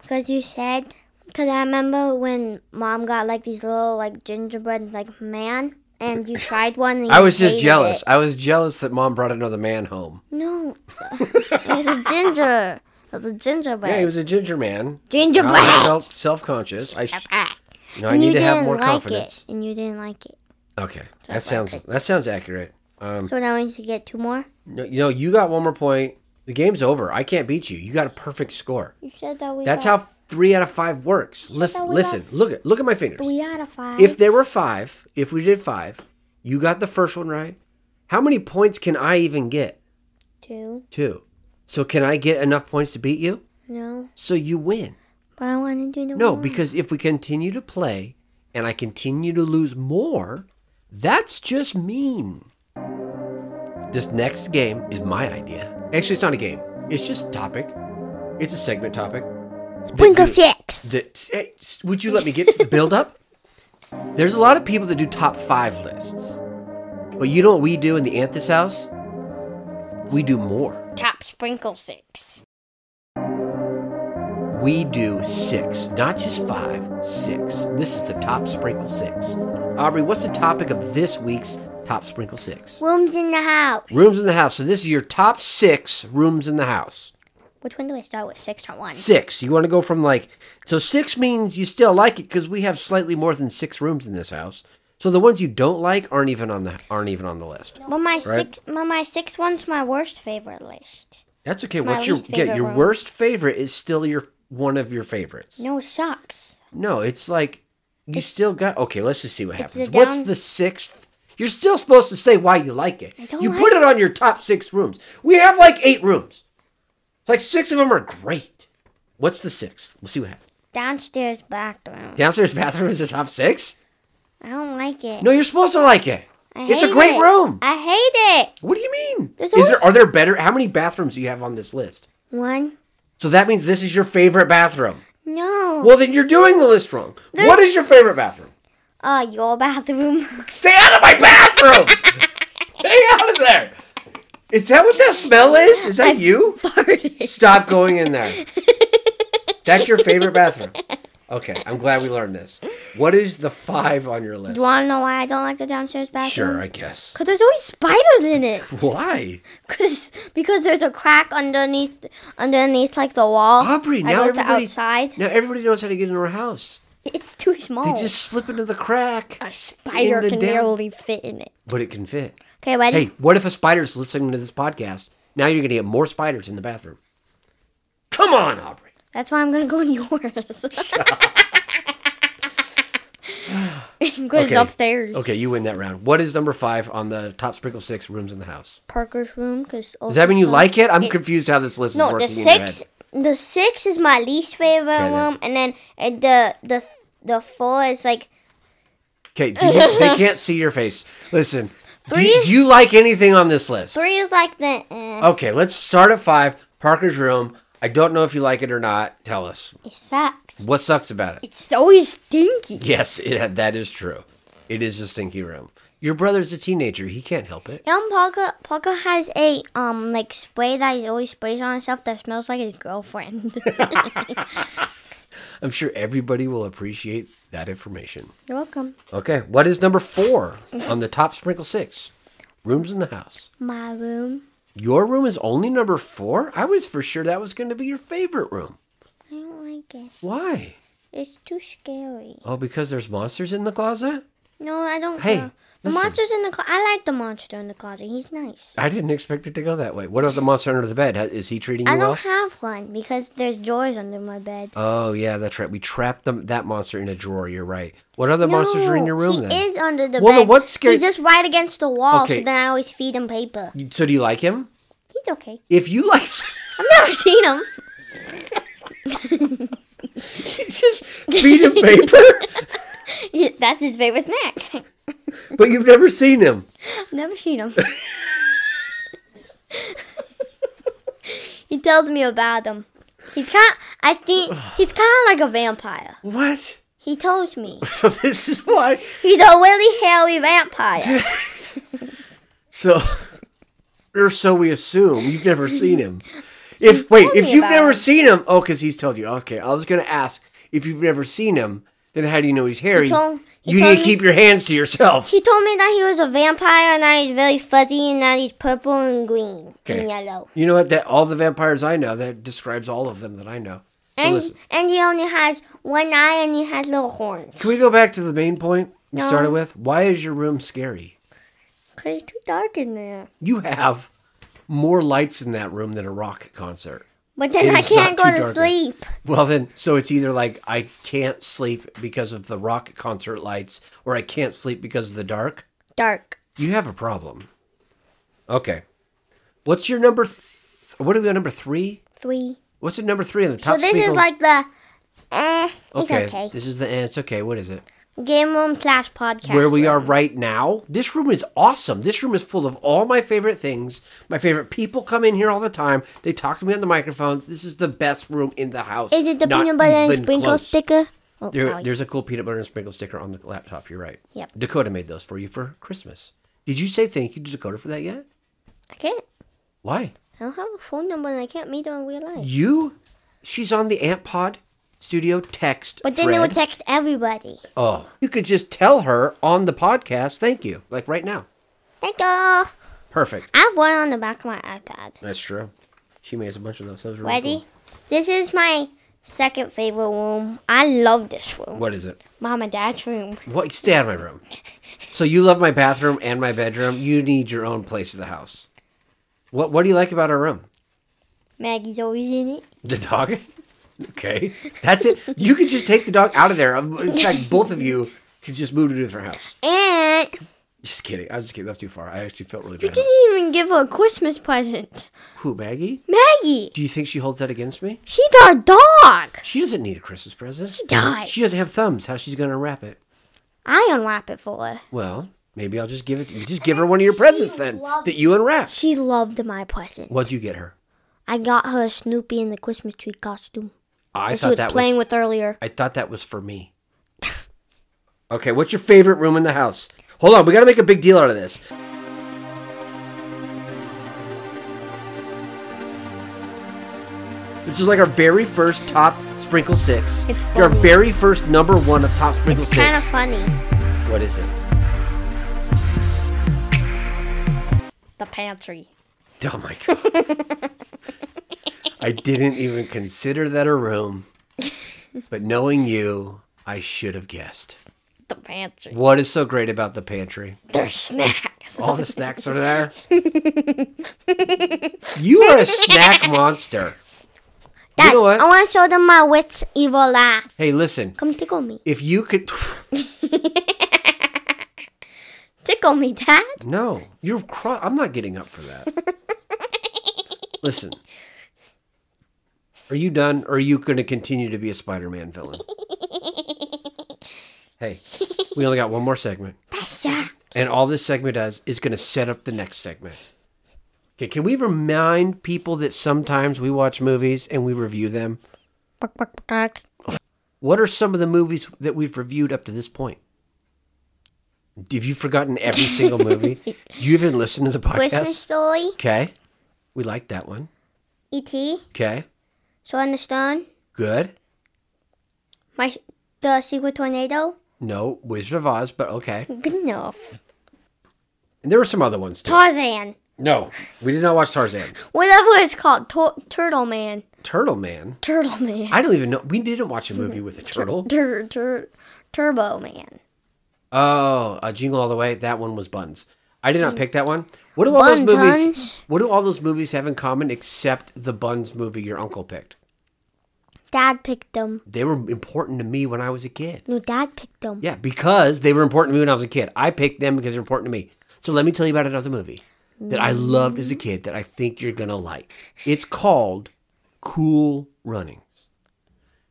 Speaker 2: because you said because I remember when mom got like these little like gingerbread like man and you tried one. And you
Speaker 1: I was just
Speaker 2: hated
Speaker 1: jealous.
Speaker 2: it.
Speaker 1: I was jealous that mom brought another man home.
Speaker 2: No, it was a ginger. It was a gingerbread.
Speaker 1: Yeah, he was a ginger man. Now
Speaker 2: gingerbread.
Speaker 1: I felt self-conscious. I, sh-
Speaker 2: Ah.
Speaker 1: you know, I
Speaker 2: And
Speaker 1: need
Speaker 2: you
Speaker 1: to have
Speaker 2: didn't
Speaker 1: more
Speaker 2: like
Speaker 1: confidence.
Speaker 2: It, and you didn't like it.
Speaker 1: Okay, that sounds that sounds accurate. Um,
Speaker 2: So now we need to get two more.
Speaker 1: no, you know, you got one more point. The game's over. I can't beat you. You got a perfect score.
Speaker 2: You said that we.
Speaker 1: That's
Speaker 2: got
Speaker 1: how three out of five works. Listen,
Speaker 2: thought we
Speaker 1: listen, look at look at my fingers.
Speaker 2: three out of five.
Speaker 1: If there were five, if we did five, you got the first one right. How many points can I even get?
Speaker 2: two,
Speaker 1: Two. So can I get enough points to beat you?
Speaker 2: no,
Speaker 1: So you win.
Speaker 2: but I want to do the
Speaker 1: No,
Speaker 2: one.
Speaker 1: because if we continue to play and I continue to lose more, that's just mean. This next game is my idea. Actually, it's not a game. It's just a topic. It's a segment topic.
Speaker 2: Sprinkle
Speaker 1: That you-
Speaker 2: six.
Speaker 1: that- hey, s- would you let me get to the build up? There's a lot of people that do top five lists. But you know what we do in the Anthus house? We do more.
Speaker 2: Top sprinkle six.
Speaker 1: We do six, not just five, six. This is the top sprinkle six. Aubrey, what's the topic of this week's top sprinkle six?
Speaker 2: Rooms in the house.
Speaker 1: Rooms in the house. So this is your top six rooms in the house.
Speaker 2: Which one do I start with? Six or one?
Speaker 1: Six. You want to go from like so six means you still like it because we have slightly more than six rooms in this house. So the ones you don't like aren't even on the aren't even on the list.
Speaker 2: Well, my
Speaker 1: Right.
Speaker 2: six, my, my six one's my worst favorite list.
Speaker 1: That's okay.
Speaker 2: my
Speaker 1: What's your
Speaker 2: least
Speaker 1: yeah?
Speaker 2: favorite
Speaker 1: Your
Speaker 2: room.
Speaker 1: worst favorite is still your one of your favorites.
Speaker 2: No, it sucks.
Speaker 1: No, it's like you still got. Okay, let's just see what
Speaker 2: It's the
Speaker 1: happens. What's
Speaker 2: down-
Speaker 1: the sixth? You're still supposed to say why you like it.
Speaker 2: don't
Speaker 1: You
Speaker 2: like
Speaker 1: put it on your top six rooms. We have like eight rooms. It's like six of them are great. What's the sixth? We'll see what happens.
Speaker 2: Downstairs bathroom.
Speaker 1: Downstairs bathroom is the top six.
Speaker 2: I don't like it.
Speaker 1: No, you're supposed to like it.
Speaker 2: I
Speaker 1: it's a
Speaker 2: hate
Speaker 1: great
Speaker 2: it.
Speaker 1: room.
Speaker 2: I hate it.
Speaker 1: What do you mean?
Speaker 2: There's
Speaker 1: Is there
Speaker 2: always-
Speaker 1: are there better? How many bathrooms do you have on this list?
Speaker 2: One.
Speaker 1: So that means this is your favorite bathroom.
Speaker 2: No.
Speaker 1: Well, then you're doing the list wrong. What
Speaker 2: There's-
Speaker 1: is your favorite bathroom?
Speaker 2: Uh, your bathroom.
Speaker 1: Stay out of my bathroom! Stay out of there! Is that what that smell is? Is that you?
Speaker 2: Farted.
Speaker 1: Stop going in there. That's your favorite bathroom. Okay, I'm glad we learned this. What is the five on your list?
Speaker 2: Do you want to know why I don't like the downstairs bathroom?
Speaker 1: Sure, I guess.
Speaker 2: Cause there's always spiders in it.
Speaker 1: Why?
Speaker 2: Cause because there's a crack underneath underneath like the wall.
Speaker 1: Aubrey,
Speaker 2: that
Speaker 1: now
Speaker 2: goes to
Speaker 1: everybody-
Speaker 2: outside. Oh.
Speaker 1: Now everybody knows how to get in our house.
Speaker 2: It's too small.
Speaker 1: They just slip into the crack,
Speaker 2: a spider
Speaker 1: the
Speaker 2: can
Speaker 1: down-
Speaker 2: barely fit in it.
Speaker 1: but it can fit.
Speaker 2: Okay, ready?
Speaker 1: Hey, what if a spider's listening to this podcast? Now you're going to get more spiders in the bathroom. Come on, Aubrey.
Speaker 2: That's why I'm gonna go in yours. Goes
Speaker 1: Okay.
Speaker 2: upstairs.
Speaker 1: Okay, you win that round. What is number five on the top sprinkle six rooms in the house?
Speaker 2: Parker's room, because
Speaker 1: Does that mean you like it? I'm confused how this list is
Speaker 2: No,
Speaker 1: working
Speaker 2: the
Speaker 1: in your
Speaker 2: six.
Speaker 1: head.
Speaker 2: The six is my least favorite
Speaker 1: Okay, then.
Speaker 2: room, and then and the the the four is like
Speaker 1: Okay, do you, they can't see your face. Listen, do,
Speaker 2: Three?
Speaker 1: do you like anything on this list?
Speaker 2: three is like the. Eh.
Speaker 1: Okay, let's start at five. Parker's room. I don't know if you like it or not. Tell us
Speaker 2: It sucks.
Speaker 1: what sucks about it.
Speaker 2: It's always stinky.
Speaker 1: Yes, it, that is true. It is a stinky room. Your brother's a teenager. He can't help it.
Speaker 2: Young Parker Parker has a um like spray that he always sprays on himself that smells like his girlfriend.
Speaker 1: I'm sure everybody will appreciate that information.
Speaker 2: You're welcome.
Speaker 1: Okay, what is number four on the top sprinkle six? Rooms in the house.
Speaker 2: My room.
Speaker 1: Your room is only number four? I was for sure that was going to be your favorite room.
Speaker 2: I don't like it.
Speaker 1: Why?
Speaker 2: It's too scary.
Speaker 1: Oh, because there's monsters in the closet?
Speaker 2: No, I don't.
Speaker 1: Hey,
Speaker 2: care. the
Speaker 1: listen. Uh,
Speaker 2: monster's in the closet. I like the monster in the closet. He's nice.
Speaker 1: I didn't expect it to go that way. What about the monster under the bed? Ha- Is he treating
Speaker 2: I
Speaker 1: you
Speaker 2: don't
Speaker 1: well?
Speaker 2: have one because there's drawers under my bed.
Speaker 1: Oh, yeah, that's right. We trapped them, that monster in a drawer. You're right. What other monsters are in your room
Speaker 2: he
Speaker 1: then?
Speaker 2: is under the
Speaker 1: Well,
Speaker 2: bed.
Speaker 1: then what's scary-
Speaker 2: He's just right against the wall.
Speaker 1: Okay.
Speaker 2: So then I always feed him paper.
Speaker 1: You- So do you like him?
Speaker 2: He's okay.
Speaker 1: If you like,
Speaker 2: I've never seen him.
Speaker 1: you just feed him paper,
Speaker 2: Yeah, That's his favorite snack.
Speaker 1: but you've never seen him.
Speaker 2: I've never seen him. he tells me about him. He's kind. I think he's kind of like a vampire.
Speaker 1: What?
Speaker 2: He tells me.
Speaker 1: So this is why.
Speaker 2: He's a really hairy vampire.
Speaker 1: So, or so we assume. You've never seen him. If wait,
Speaker 2: told
Speaker 1: if
Speaker 2: me
Speaker 1: you've
Speaker 2: about
Speaker 1: never
Speaker 2: him.
Speaker 1: seen him, oh, because he's told you. Okay, I was gonna ask if you've never seen him. Then how do you know he's hairy?
Speaker 2: told- he
Speaker 1: you
Speaker 2: told
Speaker 1: need to
Speaker 2: me-
Speaker 1: keep your hands to yourself.
Speaker 2: He told me that he was a vampire and now he's very fuzzy and now he's purple and green
Speaker 1: Okay.
Speaker 2: and yellow.
Speaker 1: You know what? That all the vampires I know that describes all of them that I know. So
Speaker 2: And
Speaker 1: listen,
Speaker 2: and he only has one eye and he has little horns.
Speaker 1: can we go back to the main point we
Speaker 2: No.
Speaker 1: started with? Why is your room scary?
Speaker 2: Cause it's too dark in there.
Speaker 1: You have more lights in that room than a rock concert.
Speaker 2: But then
Speaker 1: It
Speaker 2: I
Speaker 1: is not
Speaker 2: can't go
Speaker 1: too
Speaker 2: to
Speaker 1: dark there.
Speaker 2: sleep.
Speaker 1: Well, then, so it's either like I can't sleep because of the rock concert lights or I can't sleep because of the dark.
Speaker 2: Dark.
Speaker 1: You have a problem. Okay. What's your number? Th- what are we on number three?
Speaker 2: Three.
Speaker 1: What's at number three on the
Speaker 2: So
Speaker 1: top?
Speaker 2: this is
Speaker 1: sprinkle-
Speaker 2: like the eh, it's okay.
Speaker 1: This is the eh, it's okay. What is it?
Speaker 2: Game room slash podcast.
Speaker 1: Where we are
Speaker 2: room.
Speaker 1: right now. This room is awesome. This room is full of all my favorite things. My favorite people come in here all the time. They talk to me on the microphones. This is the best room in the house.
Speaker 2: Is it the
Speaker 1: Not
Speaker 2: peanut butter and
Speaker 1: even
Speaker 2: sprinkle
Speaker 1: close.
Speaker 2: sticker? Oh,
Speaker 1: There,
Speaker 2: sorry.
Speaker 1: there's a cool peanut butter and sprinkle sticker on the laptop. You're right.
Speaker 2: Yep.
Speaker 1: Dakota made those for you for Christmas. Did you say thank you to Dakota for that yet?
Speaker 2: I can't.
Speaker 1: Why?
Speaker 2: I don't have a phone number and I can't meet her in real life.
Speaker 1: You? She's on the Amp Pod Studio text.
Speaker 2: But then it would
Speaker 1: thread.
Speaker 2: text everybody.
Speaker 1: Oh, you could just tell her on the podcast. Thank you, like right now.
Speaker 2: Thank you.
Speaker 1: Perfect.
Speaker 2: I have one on the back of my iPad.
Speaker 1: That's true. She made us a bunch of those. That was really
Speaker 2: Ready?
Speaker 1: cool.
Speaker 2: This is my second favorite room. I love this room.
Speaker 1: What is it?
Speaker 2: Mom and Dad's room.
Speaker 1: What? Stay out of my room. So you love my bathroom and my bedroom. You need your own place in the house. What What do you like about our room?
Speaker 2: Maggie's always in it.
Speaker 1: The dog. Okay, that's it. You could just take the dog out of there. Um, In fact, both of you could just move to a different house.
Speaker 2: And
Speaker 1: Just kidding. I was just kidding. That was too far. I actually felt really bad.
Speaker 2: didn't even give her a Christmas present.
Speaker 1: Who, Maggie?
Speaker 2: Maggie,
Speaker 1: Do you think she holds that against me?
Speaker 2: she's our dog.
Speaker 1: She doesn't need a Christmas present. She
Speaker 2: does.
Speaker 1: She doesn't have thumbs. How's she's gonna wrap it?
Speaker 2: I unwrap it for her.
Speaker 1: Well, maybe I'll just give it. You just give her one of your presents then
Speaker 2: loves
Speaker 1: that you unwrap.
Speaker 2: She loved my present.
Speaker 1: What'd you get her?
Speaker 2: I got her a Snoopy in the Christmas tree costume.
Speaker 1: I
Speaker 2: that she
Speaker 1: thought
Speaker 2: was
Speaker 1: that
Speaker 2: playing
Speaker 1: was.
Speaker 2: with earlier.
Speaker 1: I thought that was for me. okay, what's your favorite room in the house? Hold on, we gotta make a big deal out of this. This is like our very first top sprinkle six.
Speaker 2: It's
Speaker 1: Your
Speaker 2: funny.
Speaker 1: very first number one of top sprinkle
Speaker 2: It's
Speaker 1: six.
Speaker 2: kind of funny.
Speaker 1: What is it?
Speaker 2: The pantry.
Speaker 1: Oh my god. I didn't even consider that a room. But knowing you, I should have guessed.
Speaker 2: The pantry.
Speaker 1: What is so great about the pantry?
Speaker 2: There's snacks.
Speaker 1: All the snacks are there. You are a snack monster.
Speaker 2: Dad,
Speaker 1: know what?
Speaker 2: I want to show them my witch evil laugh.
Speaker 1: Hey, listen.
Speaker 2: Come tickle me.
Speaker 1: If you could
Speaker 2: Tickle me, Dad.
Speaker 1: No, you're cro- I'm not getting up for that. listen. Are you done or are you going to continue to be a Spider-Man villain? Hey, we only got one more segment.
Speaker 2: That's that.
Speaker 1: And all this segment does is going to set up the next segment. Okay, can we remind people that sometimes we watch movies and we review them?
Speaker 2: Bark, bark, bark, bark.
Speaker 1: What are some of the movies that we've reviewed up to this point? Have you forgotten every single movie? you even listened to the podcast?
Speaker 2: Christmas story. E
Speaker 1: Okay. We like that one.
Speaker 2: E.T.
Speaker 1: Okay.
Speaker 2: Sword in the Stone.
Speaker 1: Good.
Speaker 2: My the secret tornado.
Speaker 1: No, Wizard of Oz, but okay.
Speaker 2: Good enough.
Speaker 1: And there were some other ones too.
Speaker 2: Tarzan.
Speaker 1: No, we did not watch Tarzan.
Speaker 2: Whatever it's called. Tor- turtle Man.
Speaker 1: Turtle Man.
Speaker 2: Turtle Man.
Speaker 1: I don't even know. We didn't watch a movie with a turtle.
Speaker 2: Tur- tur- Turbo Man.
Speaker 1: Oh, a Jingle All the Way. That one was Buns. I did not pick that one. What do all
Speaker 2: Bun
Speaker 1: those movies?
Speaker 2: Buns?
Speaker 1: What do all those movies have in common except the Buns movie your uncle picked?
Speaker 2: Dad picked them.
Speaker 1: They were important to me when I was a kid.
Speaker 2: No, Dad picked them.
Speaker 1: Yeah, because they were important to me when I was a kid. I picked them because they're important to me. So let me tell you about another movie that I loved as a kid that I think you're gonna like. It's called Cool Running.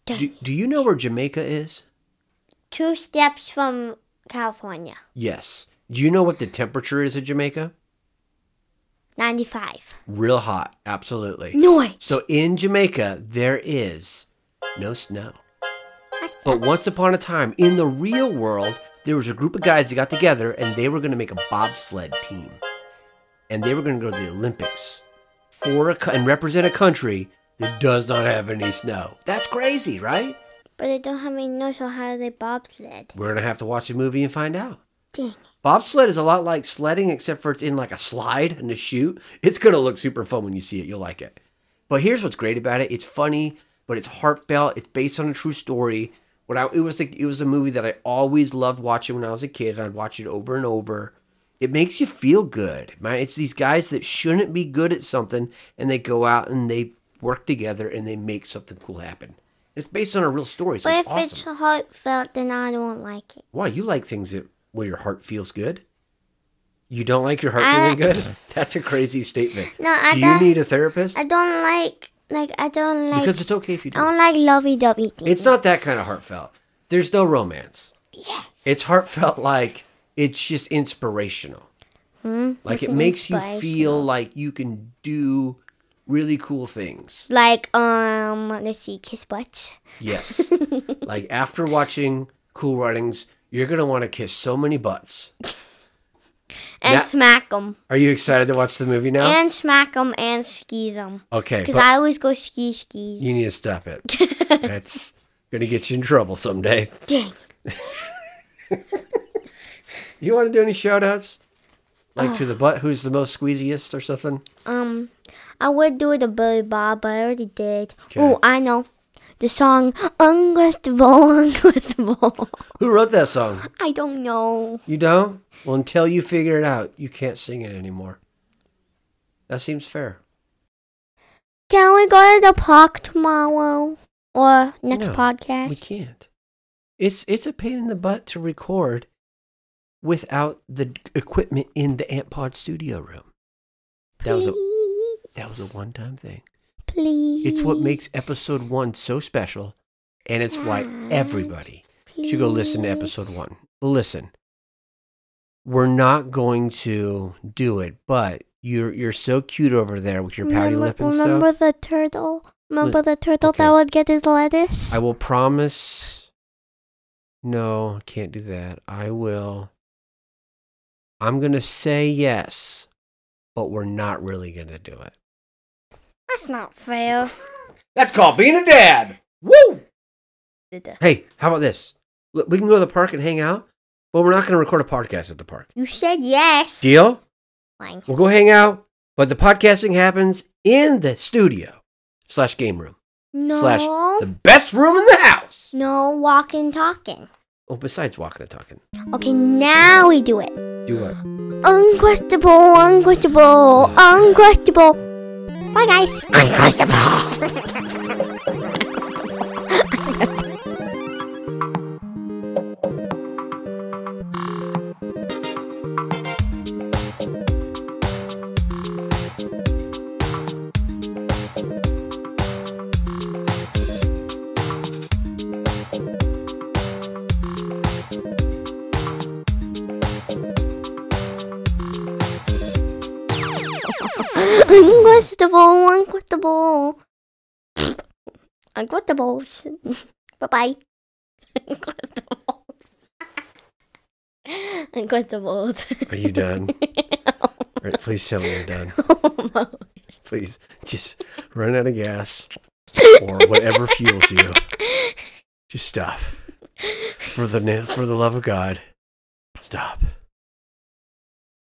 Speaker 1: Do, do you know where Jamaica is?
Speaker 2: Two steps from California.
Speaker 1: Yes. Do you know what the temperature is at Jamaica?
Speaker 2: 95.
Speaker 1: Real hot, absolutely.
Speaker 2: No way.
Speaker 1: So in Jamaica, there is no snow. But once upon a time, in the real world, there was a group of guys that got together and they were going to make a bobsled team. And they were going to go to the Olympics for a, co- and represent a country that does not have any snow. That's crazy, right?
Speaker 2: But they don't have any nose, so how do they bobsled?
Speaker 1: We're going to have to watch a movie and find out.
Speaker 2: Dang. it.
Speaker 1: Bobsled is a lot like sledding, except for it's in like a slide and a chute. It's gonna look super fun when you see it. You'll like it. But here's what's great about it: it's funny, but it's heartfelt. It's based on a true story. When I it was like it was a movie that I always loved watching when I was a kid, and I'd watch it over and over. It makes you feel good, man. It's these guys that shouldn't be good at something, and they go out and they work together and they make something cool happen. It's based on a real story, so
Speaker 2: But
Speaker 1: it's
Speaker 2: if
Speaker 1: awesome.
Speaker 2: it's heartfelt, then I don't like it.
Speaker 1: Why you like things that where your heart feels good? You don't like your heart
Speaker 2: I-
Speaker 1: feeling good? That's a crazy statement.
Speaker 2: No, I
Speaker 1: Do you
Speaker 2: don't-
Speaker 1: need a therapist?
Speaker 2: I don't like, like, I don't like,
Speaker 1: because it's okay if you
Speaker 2: I
Speaker 1: don't.
Speaker 2: don't like lovey-dovey things.
Speaker 1: It's not that kind of heartfelt. There's no romance.
Speaker 2: Yes.
Speaker 1: It's heartfelt like it's just inspirational. Like it
Speaker 2: what's
Speaker 1: makes you feel
Speaker 2: Hmm? inspirational?
Speaker 1: like you can do really cool things.
Speaker 2: Like, um, let's see, kiss butts.
Speaker 1: Yes. like after watching Cool Runnings, you're going to want to kiss so many butts.
Speaker 2: And
Speaker 1: Yeah.
Speaker 2: smack 'em.
Speaker 1: Are you excited to watch the movie now?
Speaker 2: And smack 'em and skis 'em.
Speaker 1: okay.
Speaker 2: Because
Speaker 1: but-
Speaker 2: I always go ski skis.
Speaker 1: You need to stop it. That's gonna get you in trouble someday.
Speaker 2: Dang.
Speaker 1: You want to do any shout outs? Like to the butt, who's the most squeeziest or something?
Speaker 2: Um, I would do the Billy Bob, but I already did.
Speaker 1: Okay.
Speaker 2: Oh, I know. The song Unquestionable, Unquestionable.
Speaker 1: Who wrote that song?
Speaker 2: I don't know.
Speaker 1: You don't? Well, until you figure it out, you can't sing it anymore. That seems fair.
Speaker 2: Can we go to the park tomorrow or next
Speaker 1: No,
Speaker 2: podcast?
Speaker 1: We can't. It's it's a pain in the butt to record without the d- equipment in the Ant Pod studio room. That was a
Speaker 2: please,
Speaker 1: that was a one time thing.
Speaker 2: please.
Speaker 1: It's what makes episode one so special, and it's why everybody should go listen to episode
Speaker 2: please.
Speaker 1: one. Listen, we're not going to do it, but you're you're so cute over there with your pouty
Speaker 2: remember,
Speaker 1: lip and
Speaker 2: remember
Speaker 1: stuff.
Speaker 2: the turtle? Remember the turtle
Speaker 1: okay.
Speaker 2: that would get his lettuce?
Speaker 1: I will promise. No, can't do that. I will. I'm gonna say yes, but we're not really gonna do it.
Speaker 2: That's not fair.
Speaker 1: That's called being a dad. Woo! Hey, how about this? Look, we can go to the park and hang out, but we're not going to record a podcast at the park.
Speaker 2: You said yes.
Speaker 1: Deal?
Speaker 2: Fine.
Speaker 1: We'll go hang out, but the podcasting happens in the studio slash game room
Speaker 2: No.
Speaker 1: slash the best room in the house.
Speaker 2: No walking, talking.
Speaker 1: Oh, besides walking and talking,
Speaker 2: Okay, now we do it.
Speaker 1: do what?
Speaker 2: Unquestable, unquestable, unquestable. Bye, guys. Unquestable. unquestable, unquestable. Unquestables. Bye bye. Unquestables. Unquestables.
Speaker 1: Are you done? All right, please tell me you're done. Please just run out of gas or whatever fuels you. Just stop. For the na- for the love of God, stop.